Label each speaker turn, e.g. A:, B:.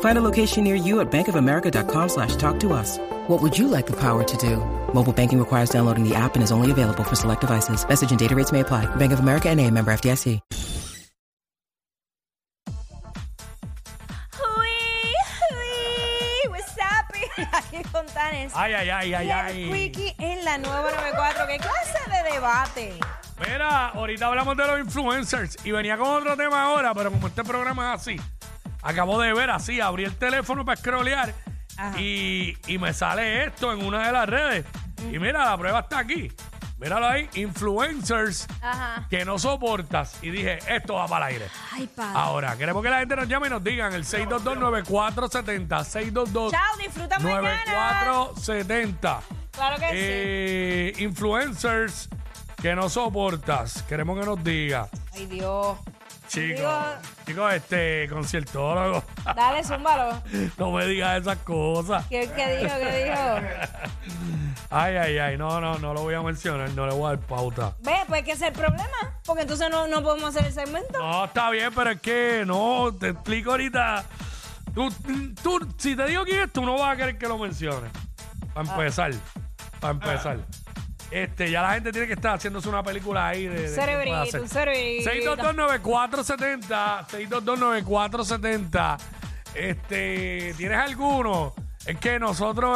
A: Find a location near you at bankofamerica.com slash talk to us. What would you like the power to do? Mobile banking requires downloading the app and is only available for select devices. Message and data rates may apply. Bank of America and a member FDIC.
B: Uy, uy, what's up? Aquí Fontanes.
C: Ay, ay, ay, ay,
B: Y el
C: ay.
B: Quickie en la nueva 94. ¿Qué clase de debate?
C: Mira, ahorita hablamos de los influencers y venía con otro tema ahora, pero como este programa es así, acabo de ver así, abrí el teléfono para scrollear
B: Ajá.
C: y, y me sale esto en una de las redes. Y mira, la prueba está aquí. Míralo ahí, influencers
B: Ajá.
C: que no soportas. Y dije, esto va para el aire.
B: Ay, padre.
C: Ahora, queremos que la gente nos llame y nos digan el 622-9470. 622
B: Chao, disfruta mañana.
C: 9470.
B: Claro que
C: Eh, influencers que no soportas. Queremos que nos diga.
B: sí. Ay, Dios.
C: Chicos,
B: Digo-
C: chicos, este conciertólogo,
B: Dale, zúmbalo.
C: no me digas esas cosas.
B: ¿Qué, qué dijo? ¿Qué dijo?
C: Ay, ay, ay, no, no, no lo voy a mencionar, no le voy a dar pauta.
B: Ve, pues que ese es el problema. Porque entonces no, no podemos hacer el segmento.
C: No, está bien, pero es que no, te explico ahorita. Tú, tú- si te digo quién es, tú no vas a querer que lo menciones.
B: Ah.
C: Para empezar, para empezar. Este, ya la gente tiene que estar haciéndose una película ahí de. de qué puede
B: Cerebrito,
C: hacer.
B: un cerebrito.
C: 6229470, 6229470. Este, ¿tienes alguno? Es que nosotros